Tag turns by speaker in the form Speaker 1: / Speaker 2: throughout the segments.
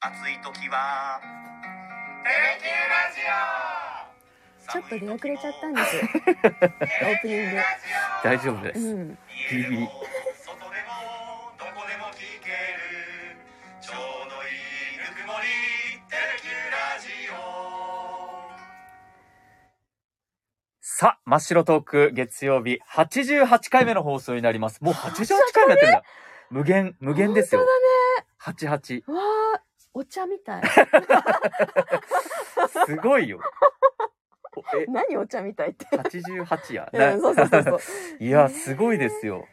Speaker 1: 暑い時は「テレキューラジオ」
Speaker 2: ちょっと出遅れちゃったん ですオープニング
Speaker 3: 大丈夫です、
Speaker 2: うん
Speaker 3: ビリビ
Speaker 1: 外
Speaker 3: リ
Speaker 1: でもどこでも聞けるちょうどいいぬくもりテレキューラジオ
Speaker 3: さあ、真っ白トーク月曜日88回目の放送になります。もう88回目やってるんだ。無限、無限ですよ
Speaker 2: 本。
Speaker 3: 88。
Speaker 2: 当だねわあお茶み たい
Speaker 3: す ごいよ。おえ、
Speaker 2: 何お茶みたいって
Speaker 3: 88や。
Speaker 2: う
Speaker 3: なん
Speaker 2: そうそうそうそう
Speaker 3: いや、すごいですよ。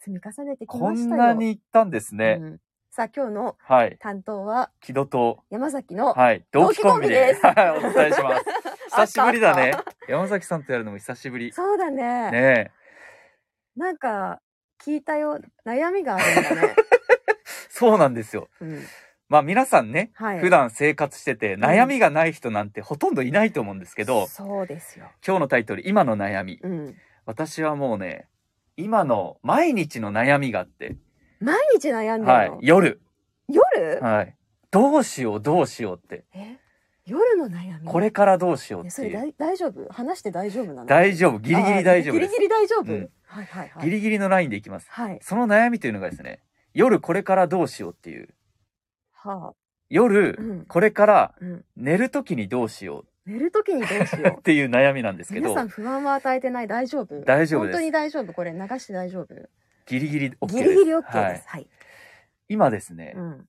Speaker 2: 積み重ねてき
Speaker 3: こ
Speaker 2: ましたよ
Speaker 3: んなに行ったんですね。
Speaker 2: うんさあ今日の
Speaker 3: はい。
Speaker 2: 担当は
Speaker 3: 木戸と、
Speaker 2: 山崎の
Speaker 3: はい。同期コンビで
Speaker 2: 同期、コ
Speaker 3: はい、お伝えし ます。久しぶりだね
Speaker 2: あっ。
Speaker 3: 山崎さんとやるのも久しぶり。
Speaker 2: そうだね
Speaker 3: ねえ。
Speaker 2: なんか聞いたよ悩みがあるんだね、
Speaker 3: そうなんですよ。
Speaker 2: うん、
Speaker 3: まあ皆さんね、
Speaker 2: はい
Speaker 3: 普段生活してて悩みがない人なんてほとんどいないと思うんですけど、
Speaker 2: そうですよ
Speaker 3: 今日のタイトル、今の悩み。
Speaker 2: うん
Speaker 3: 私はもうね、今の毎日の悩みがあって、
Speaker 2: 毎日悩んでるの、
Speaker 3: はい、夜、
Speaker 2: 夜、
Speaker 3: はい、どうしようどうしようって、
Speaker 2: え夜の悩み
Speaker 3: これからどうしよう
Speaker 2: ね
Speaker 3: っ
Speaker 2: そ
Speaker 3: て
Speaker 2: れ
Speaker 3: いう。
Speaker 2: 大大丈夫話して大丈夫なの
Speaker 3: 大丈夫、ギリギリ大丈夫
Speaker 2: あギリ
Speaker 3: です
Speaker 2: ギ。リ大丈夫、
Speaker 3: うん
Speaker 2: はいはいはい
Speaker 3: ギリギリのラインでいきます。
Speaker 2: はい
Speaker 3: その悩みというのがですね、夜これからどうしようっていう、
Speaker 2: はあう
Speaker 3: 夜
Speaker 2: ん
Speaker 3: これから
Speaker 2: うん
Speaker 3: 寝るときにどうしよ
Speaker 2: 寝るときにど うし
Speaker 3: うっ
Speaker 2: よ
Speaker 3: ていう悩みなんです
Speaker 2: う
Speaker 3: け
Speaker 2: 皆
Speaker 3: ど
Speaker 2: さ、ん不安は与えてない大丈夫
Speaker 3: 大丈夫です
Speaker 2: 本当に大丈夫これ流して大丈夫、
Speaker 3: ギリギリ OK です。
Speaker 2: ギリギリ OK です
Speaker 3: はい
Speaker 2: はい、
Speaker 3: 今ですね、
Speaker 2: うん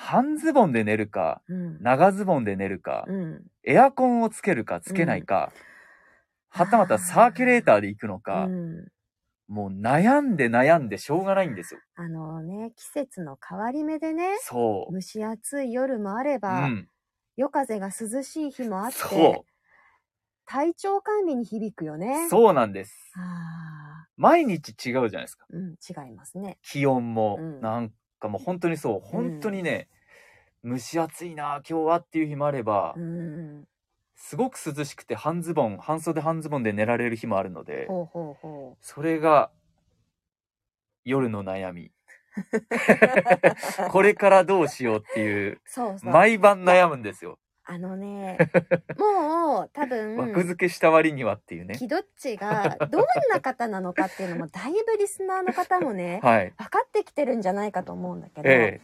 Speaker 3: 半ズボンで寝るか、
Speaker 2: うん
Speaker 3: 長ズボンで寝るか、
Speaker 2: うん
Speaker 3: エアコンをつけるかつけないか、はたまたサーキュレーターで行くのか、
Speaker 2: うん
Speaker 3: もう悩んで悩んでしょうがないんですよ。
Speaker 2: あのね季節の変わり目でね
Speaker 3: そう。
Speaker 2: 蒸し暑い夜もあれ
Speaker 3: う
Speaker 2: ば、
Speaker 3: ん。
Speaker 2: 夜風が涼しい日もあって
Speaker 3: そ
Speaker 2: 体調管理に響くよね
Speaker 3: う。そうなんです。
Speaker 2: あ
Speaker 3: 毎日違うじゃないですか。
Speaker 2: ーうん違いますね
Speaker 3: 気温も
Speaker 2: う。ん
Speaker 3: なんかもう本当にそう。本当にね、蒸し暑いな、今日はっていう日もあれば
Speaker 2: う、 ん
Speaker 3: すごく涼しくて半ズボン、半袖半ズボンで寝られる日もあるので、
Speaker 2: ほうほうほう
Speaker 3: それが、夜の悩み。 これからどうしようっていう、
Speaker 2: そうそう。
Speaker 3: 毎晩悩むんですよ。
Speaker 2: あの ね、もう多
Speaker 3: 枠
Speaker 2: 分、
Speaker 3: 付けした割にはっていうね。
Speaker 2: キドッチがどんな方なのかっていうのも、だいぶリスナーの方もね、
Speaker 3: はい。
Speaker 2: 分かってきてるんじゃないかと思うんだけど、
Speaker 3: え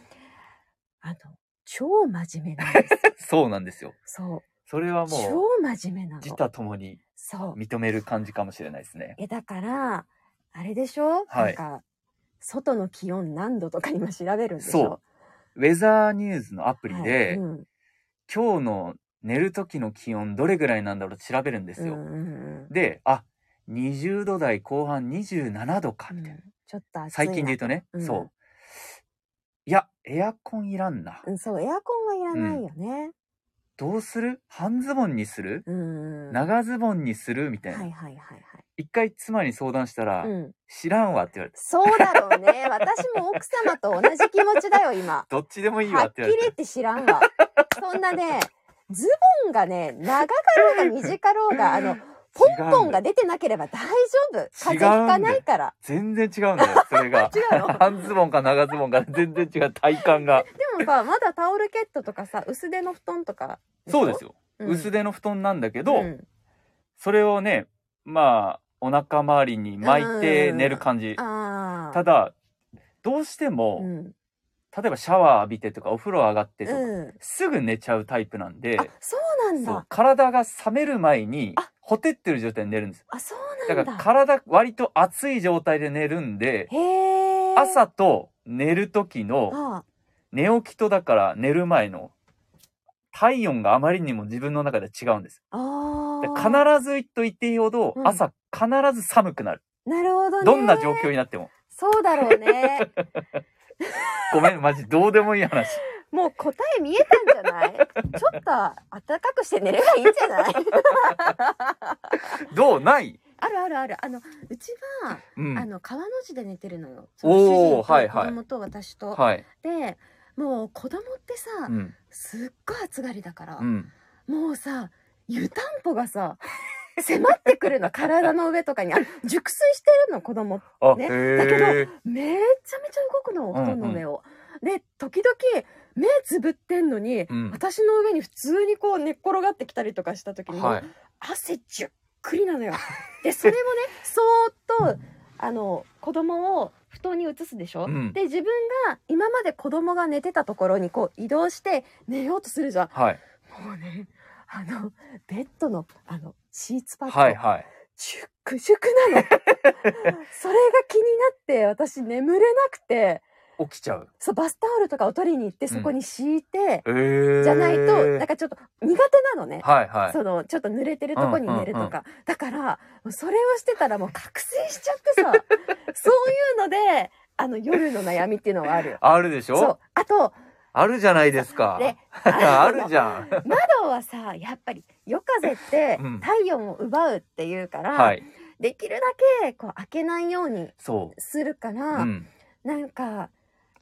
Speaker 2: あの、超真面目なんです。
Speaker 3: え、そうなんですよ。
Speaker 2: そう。
Speaker 3: それはも
Speaker 2: 超真面目な
Speaker 3: う、自
Speaker 2: の。
Speaker 3: 他ともに
Speaker 2: そう。
Speaker 3: 認める感じかもしれないですね。
Speaker 2: え、だから、あれでしょ、
Speaker 3: は
Speaker 2: なん
Speaker 3: い
Speaker 2: か、外の気温何度とか今調べるんでし
Speaker 3: そ
Speaker 2: ょ
Speaker 3: う。ウェザーニューズのアプリで、
Speaker 2: はいうん
Speaker 3: 今日の寝る時の気温どれぐらいなんだろうって調べるんですよ。
Speaker 2: うんうんうん
Speaker 3: で、あ、20度台後半27度か、みたいな。
Speaker 2: うんちょっと暑いな
Speaker 3: 最近で言うとね、
Speaker 2: うん
Speaker 3: そう。いや、エアコンいらんな。
Speaker 2: うんそうエアコンはいらないよね、
Speaker 3: どうする半ズボンにする
Speaker 2: うんうん、は
Speaker 3: 長ズボンにするみた
Speaker 2: い
Speaker 3: いな。
Speaker 2: はいはいはい
Speaker 3: 一回妻に相談したら、
Speaker 2: うん、
Speaker 3: 知らんわって言われて、
Speaker 2: そうだろうね。私も奥様と同じ気持ちだよ、今。
Speaker 3: どっちで もいいわ
Speaker 2: は
Speaker 3: っ
Speaker 2: ってき
Speaker 3: 言
Speaker 2: り
Speaker 3: われ。
Speaker 2: 言ってて知らんわ。そんなね、ズボンがね、長かろうが短かろうが、あ の、ポンポンが出てなければ大丈夫。風邪ひかないから。。
Speaker 3: 全然違うんだよ、それ が
Speaker 2: 違うの
Speaker 3: 半ズボンか長ズボンか全然違う体感が。
Speaker 2: でもさ、まだタオルケットとかさ、薄手の布団とかしょ。
Speaker 3: そうですよ。
Speaker 2: うん
Speaker 3: 薄手の布団なんだけど、
Speaker 2: うん
Speaker 3: それをね、まあ、お腹周りに巻いて寝る感じ。
Speaker 2: ああ。
Speaker 3: ただ、どうして
Speaker 2: う
Speaker 3: も、
Speaker 2: ん。
Speaker 3: 例えばシャワー浴びてとかお風呂上がってとか、
Speaker 2: うん。
Speaker 3: すぐ寝ちゃうタイプなんで
Speaker 2: あ、、そうなん
Speaker 3: そう
Speaker 2: だ。
Speaker 3: 体が冷める前に
Speaker 2: あ、
Speaker 3: ほてってる状態で寝るんです。
Speaker 2: あ、そうな
Speaker 3: だ
Speaker 2: ん
Speaker 3: か
Speaker 2: だ。
Speaker 3: ら体割と熱い状態で寝るんで、
Speaker 2: へえ。
Speaker 3: 朝と寝る時の
Speaker 2: ああ
Speaker 3: 寝起きとだから寝る前の体温があまりにも自分の中で違うんです。
Speaker 2: あ
Speaker 3: で
Speaker 2: あ。
Speaker 3: 必ずと言っていいほど
Speaker 2: うん
Speaker 3: 朝必ず寒くなる。
Speaker 2: なるほどね。
Speaker 3: どんな状況に なっても。
Speaker 2: そうだろうね。
Speaker 3: ごめん、マジどうでもいい話。
Speaker 2: もう答え見えたんじゃないちょっと暖かくして寝ればいいんじゃない
Speaker 3: どうない
Speaker 2: あるあるある。あの、うちは、あ
Speaker 3: うん。
Speaker 2: の、川の字で寝てるのよ。その主人
Speaker 3: おー
Speaker 2: と
Speaker 3: はいはい
Speaker 2: 子供と私と。
Speaker 3: はい。
Speaker 2: で、もう子供ってさ、
Speaker 3: うん。
Speaker 2: すっごい暑がりだから、
Speaker 3: うん。
Speaker 2: もうさ、湯たんぽがさ、迫ってくるの、体の上とかに。あ、熟睡してるの、子供。
Speaker 3: あ、
Speaker 2: ね
Speaker 3: へ
Speaker 2: だけど
Speaker 3: え。
Speaker 2: めちゃめちゃ動くの、お布団の上を。で、時々、目つぶってんのに、
Speaker 3: うん
Speaker 2: 私の上に普通にこう寝っ転がってきたりとかした時に、
Speaker 3: はい。
Speaker 2: 汗じゅっくりなのよ。でそれ もねそーっとあの子供を布団に移すでしょ、
Speaker 3: うん
Speaker 2: で自分が今まで子供が寝てたところにこう移動して寝ようとするじゃん。
Speaker 3: はい。
Speaker 2: もうねあのベッドのあのシーツパッド、
Speaker 3: はい。はい。
Speaker 2: シュックシュクなの。 それが気になって私眠れなくて
Speaker 3: 起きちゃう。
Speaker 2: そうバスタオルとかを取りに行ってそこに敷いて、
Speaker 3: えー。
Speaker 2: じゃないとなんかちょっと苦手なのね。
Speaker 3: はい。はい。
Speaker 2: そのちょっと濡れてるとこに寝るとか、
Speaker 3: うんうん
Speaker 2: だからそれをしてたらもう覚醒しちゃってさ そういうのであの夜の悩みっていうのはあるよ。
Speaker 3: あるでし
Speaker 2: そう
Speaker 3: ょ
Speaker 2: あと
Speaker 3: あるじゃないですか。
Speaker 2: で
Speaker 3: あるじゃん。
Speaker 2: 窓はさやっぱり夜風って
Speaker 3: うん
Speaker 2: 体温を奪うっていうから、
Speaker 3: はい。
Speaker 2: できるだけこう開けないように
Speaker 3: そ
Speaker 2: するか
Speaker 3: う。
Speaker 2: ら、
Speaker 3: うん。
Speaker 2: なんか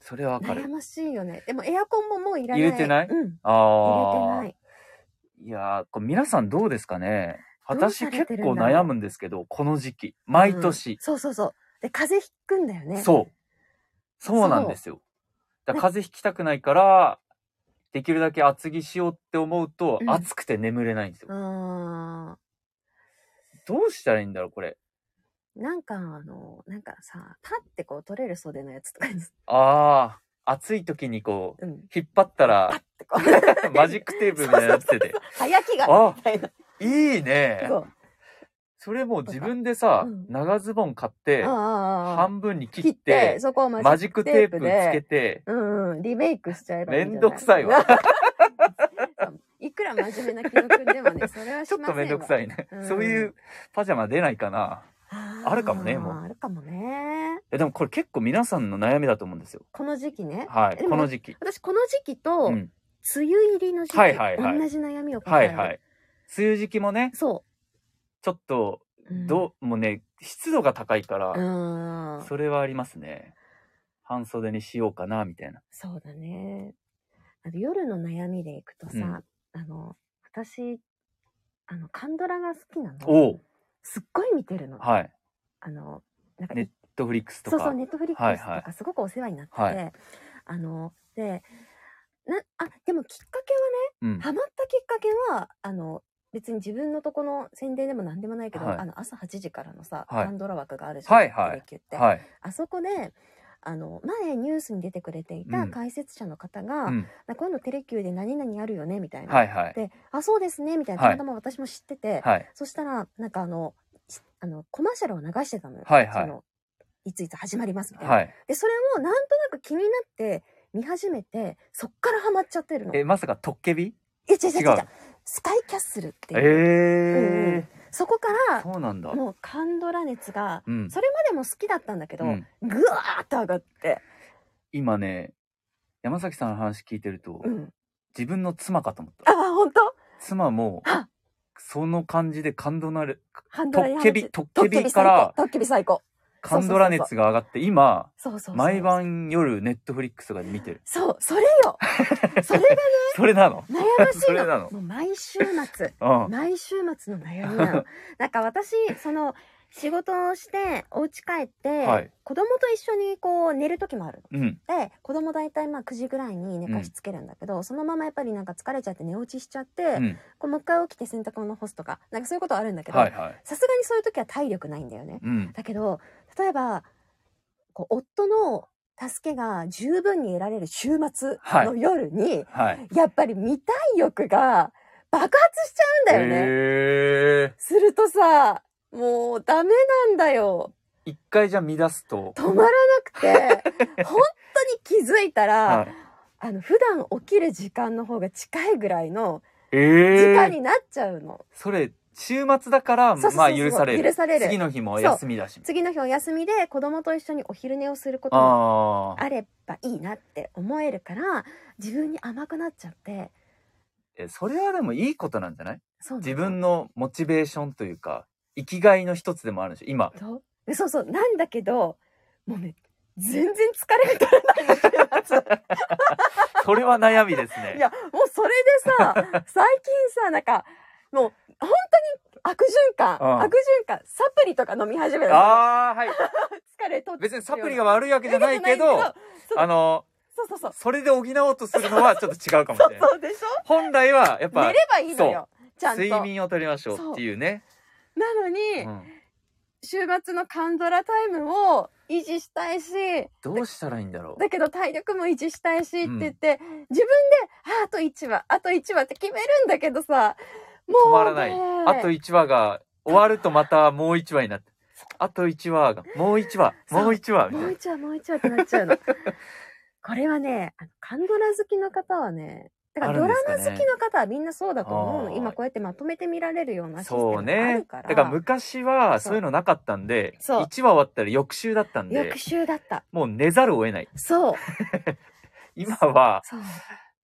Speaker 3: それはわか
Speaker 2: 悩
Speaker 3: る。
Speaker 2: ましいよねでもエアコンももういらない
Speaker 3: 入れてない
Speaker 2: うん、
Speaker 3: あ
Speaker 2: 入れて
Speaker 3: あ
Speaker 2: な。い
Speaker 3: いやーこれ皆さんどうですかね
Speaker 2: どうさ
Speaker 3: 私
Speaker 2: れて
Speaker 3: 結
Speaker 2: るんだろ
Speaker 3: 構
Speaker 2: う
Speaker 3: 悩むんですけど、この時期。毎年。
Speaker 2: そうそうそうで風邪ひくんだよね
Speaker 3: そう。そうなんですよ。だから風邪ひきたくないから、できるだけ厚着しようって思うと、
Speaker 2: うん
Speaker 3: 暑くて眠れないんですよ。
Speaker 2: あー
Speaker 3: どうしたらいいんだろう、これ。
Speaker 2: なんかあの、なんかさ、パってこう取れる袖のやつとかに、
Speaker 3: ああ、暑い時にこう、
Speaker 2: うん。
Speaker 3: 引っ張った
Speaker 2: パっ
Speaker 3: ら、
Speaker 2: てこう、
Speaker 3: マジックテープみたいになっ てて。
Speaker 2: 早着が
Speaker 3: あ
Speaker 2: みたいな。
Speaker 3: いいね。
Speaker 2: そう。
Speaker 3: それもう自分でさ、
Speaker 2: うん
Speaker 3: 長ズボン買って、
Speaker 2: ああ。
Speaker 3: 半分に切
Speaker 2: 切
Speaker 3: っ
Speaker 2: ってて、、そこを
Speaker 3: マジックテープつけ
Speaker 2: で。
Speaker 3: て、
Speaker 2: うんうん、リメイクしちゃえばいい
Speaker 3: め
Speaker 2: んじゃ
Speaker 3: ん
Speaker 2: な
Speaker 3: どくさい わ。。
Speaker 2: いくら真面目な気の君でもね、それはし
Speaker 3: ちょっ
Speaker 2: ません
Speaker 3: とめんどくさい ね。
Speaker 2: うん
Speaker 3: そういうパジャマ出ないかな。
Speaker 2: あ
Speaker 3: あるかもねもう
Speaker 2: あるかもね。
Speaker 3: えでもこれ結構皆さんの悩みだと思うんですよ。
Speaker 2: この時期ね。
Speaker 3: はい。
Speaker 2: でも
Speaker 3: この時期。
Speaker 2: 私、この時期と、
Speaker 3: う
Speaker 2: 梅
Speaker 3: ん。
Speaker 2: 雨入りの時期、
Speaker 3: はいはいはい
Speaker 2: 同じ悩みを
Speaker 3: は
Speaker 2: 抱え
Speaker 3: い
Speaker 2: る。
Speaker 3: はい。梅雨時期もね、
Speaker 2: そ
Speaker 3: ちょっと、
Speaker 2: う。うん
Speaker 3: どう、もうね、湿度が高いから、
Speaker 2: うん。
Speaker 3: それはありますね。半袖にしようかな、みたいな。
Speaker 2: そうだね。あの夜の悩みでいくとさ、
Speaker 3: うん
Speaker 2: あの、私、あの、カンドラが好きなの。
Speaker 3: おう
Speaker 2: すっごい見てるの。
Speaker 3: はい。
Speaker 2: あの、なんか、
Speaker 3: ネットフリックスと
Speaker 2: そうそ
Speaker 3: か
Speaker 2: う、。ネットフリッ
Speaker 3: はい
Speaker 2: クス
Speaker 3: はい
Speaker 2: とかすごくお世話になってて、
Speaker 3: はい
Speaker 2: あの、で、な、あ、でもきっかけ
Speaker 3: うん
Speaker 2: はね、ハマったきっかけは、あの、別に自分のとこの宣伝でも何でもないけど、
Speaker 3: はい
Speaker 2: あの、朝8時からのさ、
Speaker 3: はい
Speaker 2: カンドラ枠があるじゃん。
Speaker 3: はいはい
Speaker 2: テレキューって。
Speaker 3: はい。
Speaker 2: あそこで、あの、前ニュースに出てくれていうた
Speaker 3: ん
Speaker 2: 解説者の方が、
Speaker 3: うん。
Speaker 2: だから今度テレキューで何々あるよねみたいな。
Speaker 3: はいはい。
Speaker 2: で、あ、そうですねみたいな。
Speaker 3: は
Speaker 2: た
Speaker 3: い
Speaker 2: またま私も知ってて、
Speaker 3: はい。
Speaker 2: そしたら、なんかあの、しあの、コマーシャルを流してたのよ。
Speaker 3: はいは
Speaker 2: そ
Speaker 3: い
Speaker 2: の、いついつ始まりますみたいな。
Speaker 3: はい。
Speaker 2: で、それをなんとなく気になって見始めて、そっからハマっちゃってるの。
Speaker 3: え、
Speaker 2: え、
Speaker 3: まさかトッケビ
Speaker 2: 違う違う違う
Speaker 3: 違
Speaker 2: 違
Speaker 3: う
Speaker 2: う。スカイキャッスルっていう。うんう
Speaker 3: え
Speaker 2: んそこか
Speaker 3: え。そうなんだ
Speaker 2: ら、。もうカンドラ熱が、
Speaker 3: うん。
Speaker 2: それまでも好きだったんだけど、
Speaker 3: うん
Speaker 2: ぐわーっと上がって。
Speaker 3: 今ね、山崎さんの話聞いてると
Speaker 2: う、ん。
Speaker 3: 自分の妻かと思った
Speaker 2: あ、。ほんと
Speaker 3: 妻も
Speaker 2: あ、
Speaker 3: その感じで感動なる、
Speaker 2: ハン
Speaker 3: ト
Speaker 2: ドラに
Speaker 3: ッケビ、トッケビから
Speaker 2: トッケビ最高。
Speaker 3: カンドラ熱が上がって、今、
Speaker 2: そうそうそう。
Speaker 3: 毎晩夜ネットフリックスとかで見てる。
Speaker 2: そう、それ よそれが
Speaker 3: それなの
Speaker 2: 悩ましい
Speaker 3: それ
Speaker 2: の。
Speaker 3: なの
Speaker 2: もう毎週末、
Speaker 3: う
Speaker 2: 毎週末の悩みな の。なんか私、その、仕事をして、お家帰って、
Speaker 3: はい
Speaker 2: 子供と一緒にこう寝る時もある
Speaker 3: ん。うん。
Speaker 2: の。で、子供大体まあ9時ぐらいに寝かしつけるんだけど、そのままやっぱりなんか疲れちゃって寝落ちしちゃって、
Speaker 3: うん。
Speaker 2: こうもう一回起きて洗濯物干すとか、なんかそういうことあるんだけど、
Speaker 3: はいはい。
Speaker 2: さすがにそういう時は体力ないんだよね。
Speaker 3: うん。
Speaker 2: だけど、例えば、こう夫の助けが十分に得られる週末の夜に、
Speaker 3: はい。
Speaker 2: やっぱり見たい欲が爆発しちゃうんだよね。
Speaker 3: へえ。
Speaker 2: するとさ、もうダメなんだよ。
Speaker 3: 一回じゃ乱すと。
Speaker 2: 止まらな くて、本当に気づいたら、
Speaker 3: はい。
Speaker 2: あの、普段起きる時間の方が近いぐらいの時
Speaker 3: え
Speaker 2: 間
Speaker 3: え。
Speaker 2: になっちゃうの。
Speaker 3: それ、週末だから、
Speaker 2: そうそうそうそう
Speaker 3: まあ許される。
Speaker 2: 許される
Speaker 3: 次の日も休みだし。
Speaker 2: 次の日お休みで子供と一緒にお昼寝をすることも
Speaker 3: ああ。
Speaker 2: あればいいなって思えるから、自分に甘くなっちゃって、
Speaker 3: えそれはでもいいことなんじゃない
Speaker 2: そうなの
Speaker 3: 自分のモチベーションというか、生きがいの一つでもあるでしょ今。
Speaker 2: とでそうそうなんだけどもうね全然疲れが取れないんだけ
Speaker 3: それは悩みです
Speaker 2: ど
Speaker 3: ね
Speaker 2: い。やもうそれでさ 最近さなんかもう本当に悪循環、
Speaker 3: うん
Speaker 2: 悪循環サプリとか飲み始めたの
Speaker 3: ああ、はい。
Speaker 2: 疲れ取って
Speaker 3: 別にサプリが悪いわけじゃないけ
Speaker 2: わ
Speaker 3: ど、
Speaker 2: けじゃないけど
Speaker 3: あの、
Speaker 2: そうそうそう。
Speaker 3: それで補おうとするのはちょっと違うかもしれない。
Speaker 2: そうでしょ
Speaker 3: 本来は、やっぱ
Speaker 2: 寝、ればいいのよ。ちゃんと。
Speaker 3: 睡
Speaker 2: な
Speaker 3: 眠を取りましょうっていうね。
Speaker 2: のに、
Speaker 3: うん
Speaker 2: 週末のカンドラタイムを維持したいし、
Speaker 3: どうしたらいいんだろう。
Speaker 2: だけど体力も維持したいしって
Speaker 3: うん
Speaker 2: 言って、自分で、ああと1話、あと1話って決めるんだけどさ、もう、
Speaker 3: 止まらない。あと
Speaker 2: 1
Speaker 3: 1話が終わるとまたもう1話になって。あと1話が、もう1話、
Speaker 2: そう
Speaker 3: もう1話、み
Speaker 2: も
Speaker 3: た
Speaker 2: う
Speaker 3: いな。
Speaker 2: 1話、もう1話ってなっちゃうの。 これはね、あのカンドラ好きの方はね、だから
Speaker 3: あ
Speaker 2: ド
Speaker 3: るん
Speaker 2: ラ
Speaker 3: ですか
Speaker 2: マ好
Speaker 3: ね
Speaker 2: きの方はみんなそうだと思うの。
Speaker 3: あー
Speaker 2: 今こうやってまとめて見られるようなシステム
Speaker 3: そう
Speaker 2: がある
Speaker 3: ね。
Speaker 2: か
Speaker 3: だ
Speaker 2: ら。
Speaker 3: から昔はそういうのなかったんで、1
Speaker 2: そう
Speaker 3: 話終わったら翌週だったんで
Speaker 2: 翌、週だった。
Speaker 3: もう寝ざるを得ない。
Speaker 2: そう。
Speaker 3: 今は
Speaker 2: そう。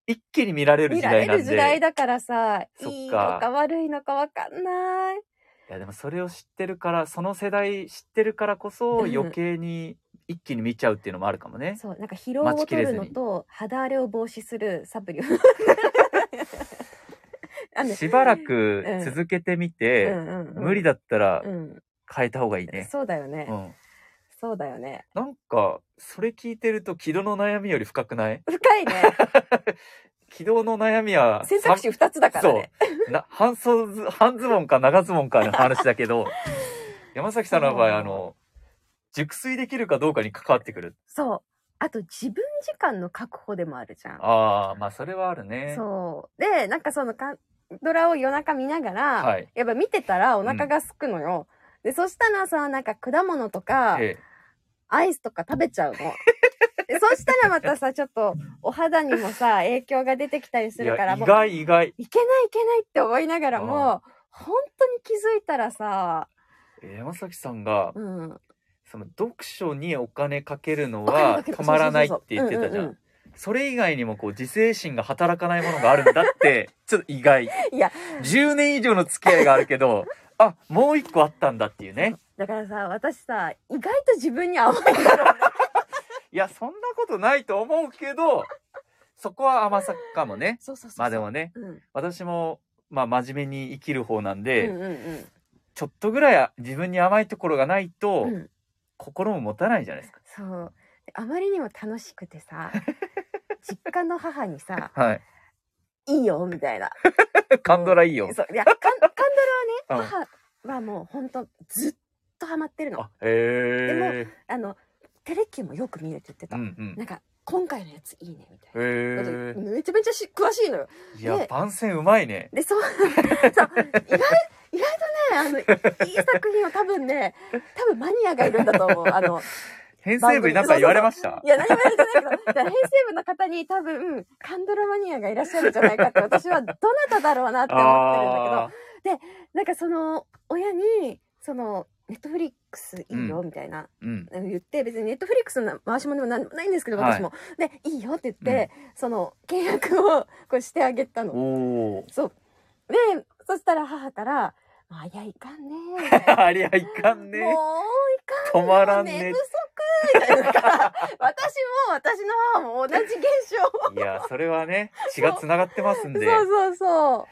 Speaker 3: 一気に見られる
Speaker 2: 見
Speaker 3: 時
Speaker 2: られ
Speaker 3: 代なん
Speaker 2: る時代
Speaker 3: で。
Speaker 2: だからさ、
Speaker 3: そっか
Speaker 2: いいのか悪いのかわかんない。
Speaker 3: いやでもそれを知ってるから、その世代知ってるからこそ
Speaker 2: うん
Speaker 3: 余計に一気に見ちゃうっていうのもあるかもね。
Speaker 2: そう、なんか疲労を取るのと、肌荒れを防止するサプリを。 あの
Speaker 3: しばらく続けてみて、無理
Speaker 2: だ。
Speaker 3: だったら
Speaker 2: うん。
Speaker 3: 変えた方がいいね。
Speaker 2: そうだよね。
Speaker 3: うん。
Speaker 2: そうだよね。
Speaker 3: なんか、それ聞いてると、軌道の悩みより深くない
Speaker 2: 深 いね。
Speaker 3: 軌道の悩みは、
Speaker 2: 選択肢二つだからね。
Speaker 3: そう。な、半袖ズ、半ズボンか長ズボンかの話だけ ど、山崎さんの場
Speaker 2: そう
Speaker 3: 合、あの、熟睡できるかどうかに関わってくる。
Speaker 2: そう。あと自分時間の確保でもあるじゃん。
Speaker 3: ああ、まあ、それはあるね。
Speaker 2: そう。で、なんかそのカンドラを夜中見ながら、
Speaker 3: はい
Speaker 2: やっぱ見てたらお腹が空くのよ。で、そしたらさ、なんか果物とか、
Speaker 3: ええ
Speaker 2: アイスとか食べちゃうの。でそしたらまたさ、ちょっとお肌にも さ、影響が出てきたりす
Speaker 3: い
Speaker 2: るから、
Speaker 3: や、意
Speaker 2: もう
Speaker 3: 外意外。
Speaker 2: いけないいけないって思いながら
Speaker 3: う
Speaker 2: も、本当に気づいたらさ、
Speaker 3: え山崎さんが、
Speaker 2: うん。
Speaker 3: その、読書にお金かけるの
Speaker 2: お金
Speaker 3: は
Speaker 2: かける
Speaker 3: 止まらないって言って
Speaker 2: そうそう
Speaker 3: たじ
Speaker 2: そう
Speaker 3: ゃ。
Speaker 2: うん
Speaker 3: それ以外にも、こう、自制心が働かないものがあるんだって、 ちょっと意外。
Speaker 2: うんうんいや、
Speaker 3: 10年以上の付き合いがあるけど、あ、もう一個あったんだっていうね。
Speaker 2: だからさ、私さ、意外と自分に甘いんだ ろうね。
Speaker 3: いや、そんなことないと思うけど、そこは甘さかもね。
Speaker 2: そうそうそうそう。
Speaker 3: まあでもね、
Speaker 2: うん。うん
Speaker 3: 私も、まあ真面目に生きる方なんで、
Speaker 2: うんうん。
Speaker 3: ちょっとぐらい自分に甘いところがないと、
Speaker 2: うん
Speaker 3: 心も持たないじゃないですか。
Speaker 2: そう。であまりにも楽しくてさ、実家の母にさ、
Speaker 3: はい。
Speaker 2: いいよ、みたいな。
Speaker 3: カンドラいいよ。
Speaker 2: そう。いや、カンカンドラ
Speaker 3: うん
Speaker 2: はね、母はもう本当ずっとハマってるの。
Speaker 3: あ、へえ。
Speaker 2: あの、テレキューもよく見るって言ってた。
Speaker 3: うんうん。
Speaker 2: なんか、今回のやついいね、みたいな。
Speaker 3: へえ。
Speaker 2: めちゃめちゃし詳しいのよ。
Speaker 3: いや、番宣うまいね。
Speaker 2: で、 そう、そう、意外、意外とね、あの、いい作品を多分ね、多分マニアがいるんだと思う。あの、
Speaker 3: 編成部になんか言われました
Speaker 2: いや、何も言われてないけど、だから編成部の方に多分、カンドラマニアがいらっしゃるんじゃないかって、私はどなただろうなって思ってるんだけど、
Speaker 3: ああ
Speaker 2: なんかその、親に、その、ネットフリックスいいよ、みたいな、
Speaker 3: ー。うん。
Speaker 2: 言って別にネットフリックスの回しもでもなんでもないんですけど
Speaker 3: はい
Speaker 2: 私も、でいいよって言って、その契約をこうしてあげたの
Speaker 3: おお。
Speaker 2: そうでそしたら母から「あいやいかんね
Speaker 3: ありゃいかん
Speaker 2: もう
Speaker 3: ね
Speaker 2: い。かん
Speaker 3: 止まらん
Speaker 2: 寝
Speaker 3: ね
Speaker 2: 不。足」みたいな私も私の母も同じ現象
Speaker 3: いや、それはね、血が繋がってますんで。
Speaker 2: そうそうそう
Speaker 3: そ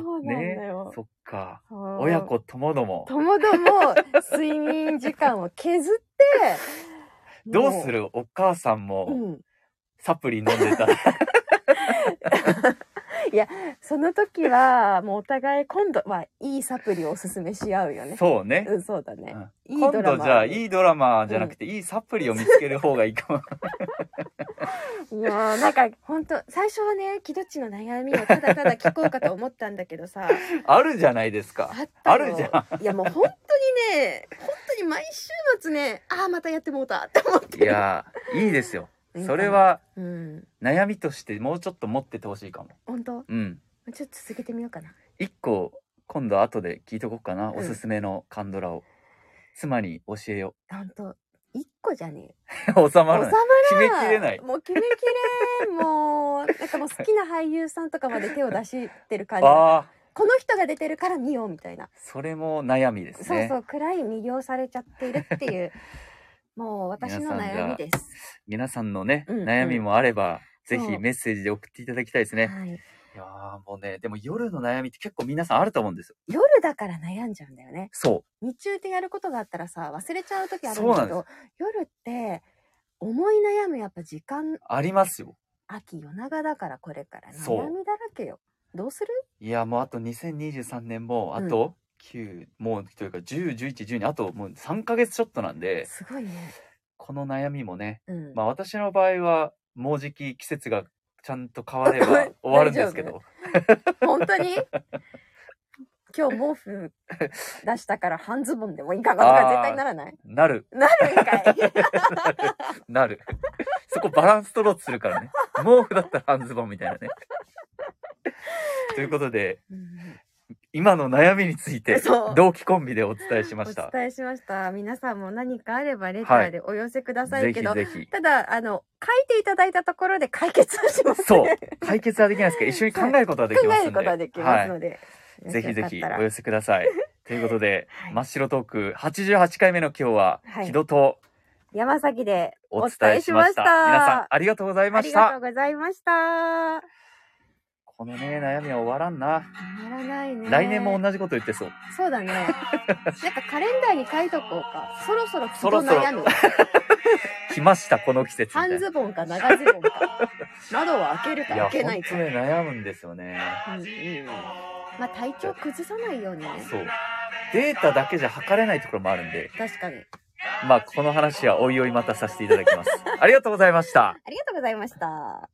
Speaker 2: そうなんだよ
Speaker 3: ね、、そっか。
Speaker 2: そう
Speaker 3: 親子ともども。
Speaker 2: ともども睡眠時間を削って
Speaker 3: どうするお母さん
Speaker 2: もう
Speaker 3: も
Speaker 2: うん
Speaker 3: サプリ飲ん でたら。
Speaker 2: その時は、もうお互い今度は、いいサプリをおすすめし合うよね。
Speaker 3: そうね。
Speaker 2: うん、そうだね。いい
Speaker 3: 今
Speaker 2: ドラマ
Speaker 3: 度じゃあいいドラマじゃなくていいサプリを見つける方がいいかも。
Speaker 2: いやーなんか、本当最初はね、キドッチの悩みをただただ聞こうかと思ったんだけどさ、
Speaker 3: あるじゃないですか。
Speaker 2: あったよ
Speaker 3: るじゃ
Speaker 2: いや、もう本当にね、本当に毎週末ね、ああ、またやってもうたって思って
Speaker 3: ん。い
Speaker 2: る。
Speaker 3: やー、いいですよ
Speaker 2: いいか。な
Speaker 3: それは
Speaker 2: うん。
Speaker 3: 悩みとしてもうちょっと持っててほしいかも。
Speaker 2: 本当
Speaker 3: うん。
Speaker 2: ちょっと続けてみようかな。
Speaker 3: 一個、今度後で聞いとこうかな。
Speaker 2: うん
Speaker 3: おすすめのカンドラを。妻に教えよ
Speaker 2: 本当一個じゃね
Speaker 3: う。 収
Speaker 2: え。収
Speaker 3: ま
Speaker 2: まら
Speaker 3: らない。決めき
Speaker 2: ん
Speaker 3: れない。
Speaker 2: もう決めきれん。もう、なんかもう好きな俳優さんとかまで手を出してる感じ。
Speaker 3: ああ、
Speaker 2: この人が出てるから見ようみたいな。
Speaker 3: それも悩みです
Speaker 2: そう
Speaker 3: ね
Speaker 2: そ。う、暗い魅了されちゃっているっていう、もう私の悩みです。
Speaker 3: 皆さんのね、
Speaker 2: うんうん
Speaker 3: 悩みもあれば、ぜ
Speaker 2: そ
Speaker 3: ひ
Speaker 2: う
Speaker 3: メッセージで送っていただきたいですね。
Speaker 2: はい、
Speaker 3: いやーもうね、でも夜の悩みって結構皆さんあると思うんですよ。
Speaker 2: 夜だから悩んじゃうんだよね。
Speaker 3: そ
Speaker 2: 日中でやることがあったらさ、忘れちゃう時あるん
Speaker 3: そう
Speaker 2: だ
Speaker 3: な
Speaker 2: け
Speaker 3: んです
Speaker 2: ど、夜って、思い悩むやっぱ時間、
Speaker 3: ありますよ。
Speaker 2: 秋夜長だからこれから
Speaker 3: そう
Speaker 2: 悩みだらけよ。どうする
Speaker 3: いや、もうあと2023年も、あと9、もうというか10、11、12、あともう3ヶ月ちょっとなんで、
Speaker 2: すごいね。
Speaker 3: この悩みもね、
Speaker 2: うん。
Speaker 3: まあ私の場合は、もうじき季節がちゃんと変われば終わるんですけど、
Speaker 2: 本当に 今日毛布出したから半ズボンでもいいかなとか絶対ならない
Speaker 3: なる、
Speaker 2: なるん かい
Speaker 3: なる。 そこバランス取ろうとするからね。毛布だったら半ズボンみたいな ね。ということで、
Speaker 2: うん
Speaker 3: 今の悩みについて
Speaker 2: そう、
Speaker 3: 同期コンビでお伝えしま
Speaker 2: お
Speaker 3: した。
Speaker 2: 伝えしました。皆さんも何かあればレターでお寄せくださ
Speaker 3: ぜ
Speaker 2: い
Speaker 3: ひ
Speaker 2: けど、
Speaker 3: ぜひ。
Speaker 2: ただ、あの、書いていただいたところで解決はします、ね。
Speaker 3: そう。解決はできないですけど、一緒に考えることはでき
Speaker 2: 考
Speaker 3: ます
Speaker 2: え
Speaker 3: んで。
Speaker 2: ることはできますので。
Speaker 3: はい、ぜひぜひ
Speaker 2: よろしかった
Speaker 3: お
Speaker 2: ら
Speaker 3: 寄せください。ということで、
Speaker 2: はい
Speaker 3: 真っ白トーク88回目の今日は、
Speaker 2: はい
Speaker 3: 木戸と
Speaker 2: 山崎で
Speaker 3: お伝えしました。皆さんありがとうござい
Speaker 2: あ
Speaker 3: ま
Speaker 2: り
Speaker 3: し
Speaker 2: がと
Speaker 3: た
Speaker 2: う。ございました。や
Speaker 3: このね、悩みは終わらんな。
Speaker 2: らないね。
Speaker 3: 来年も同じこと言ってそう。
Speaker 2: そうだね。なんかカレンダーに書いとこうか。そろそろ
Speaker 3: そろそろ
Speaker 2: 悩む。
Speaker 3: 来ました、この季節みた
Speaker 2: 半
Speaker 3: いな。
Speaker 2: ズボンか長ズボン か。窓は開けるか
Speaker 3: いや、
Speaker 2: 開
Speaker 3: 本
Speaker 2: け
Speaker 3: 当
Speaker 2: ない
Speaker 3: に
Speaker 2: か。
Speaker 3: 悩むんですよね。
Speaker 2: うんうんまあ体調崩さないようにね。
Speaker 3: そう。データだけじゃ測れないところもあるんで、
Speaker 2: 確かに。
Speaker 3: まあ、この話はおいおいまたさせていただきます。ありがとうございました。
Speaker 2: ありがとうございました。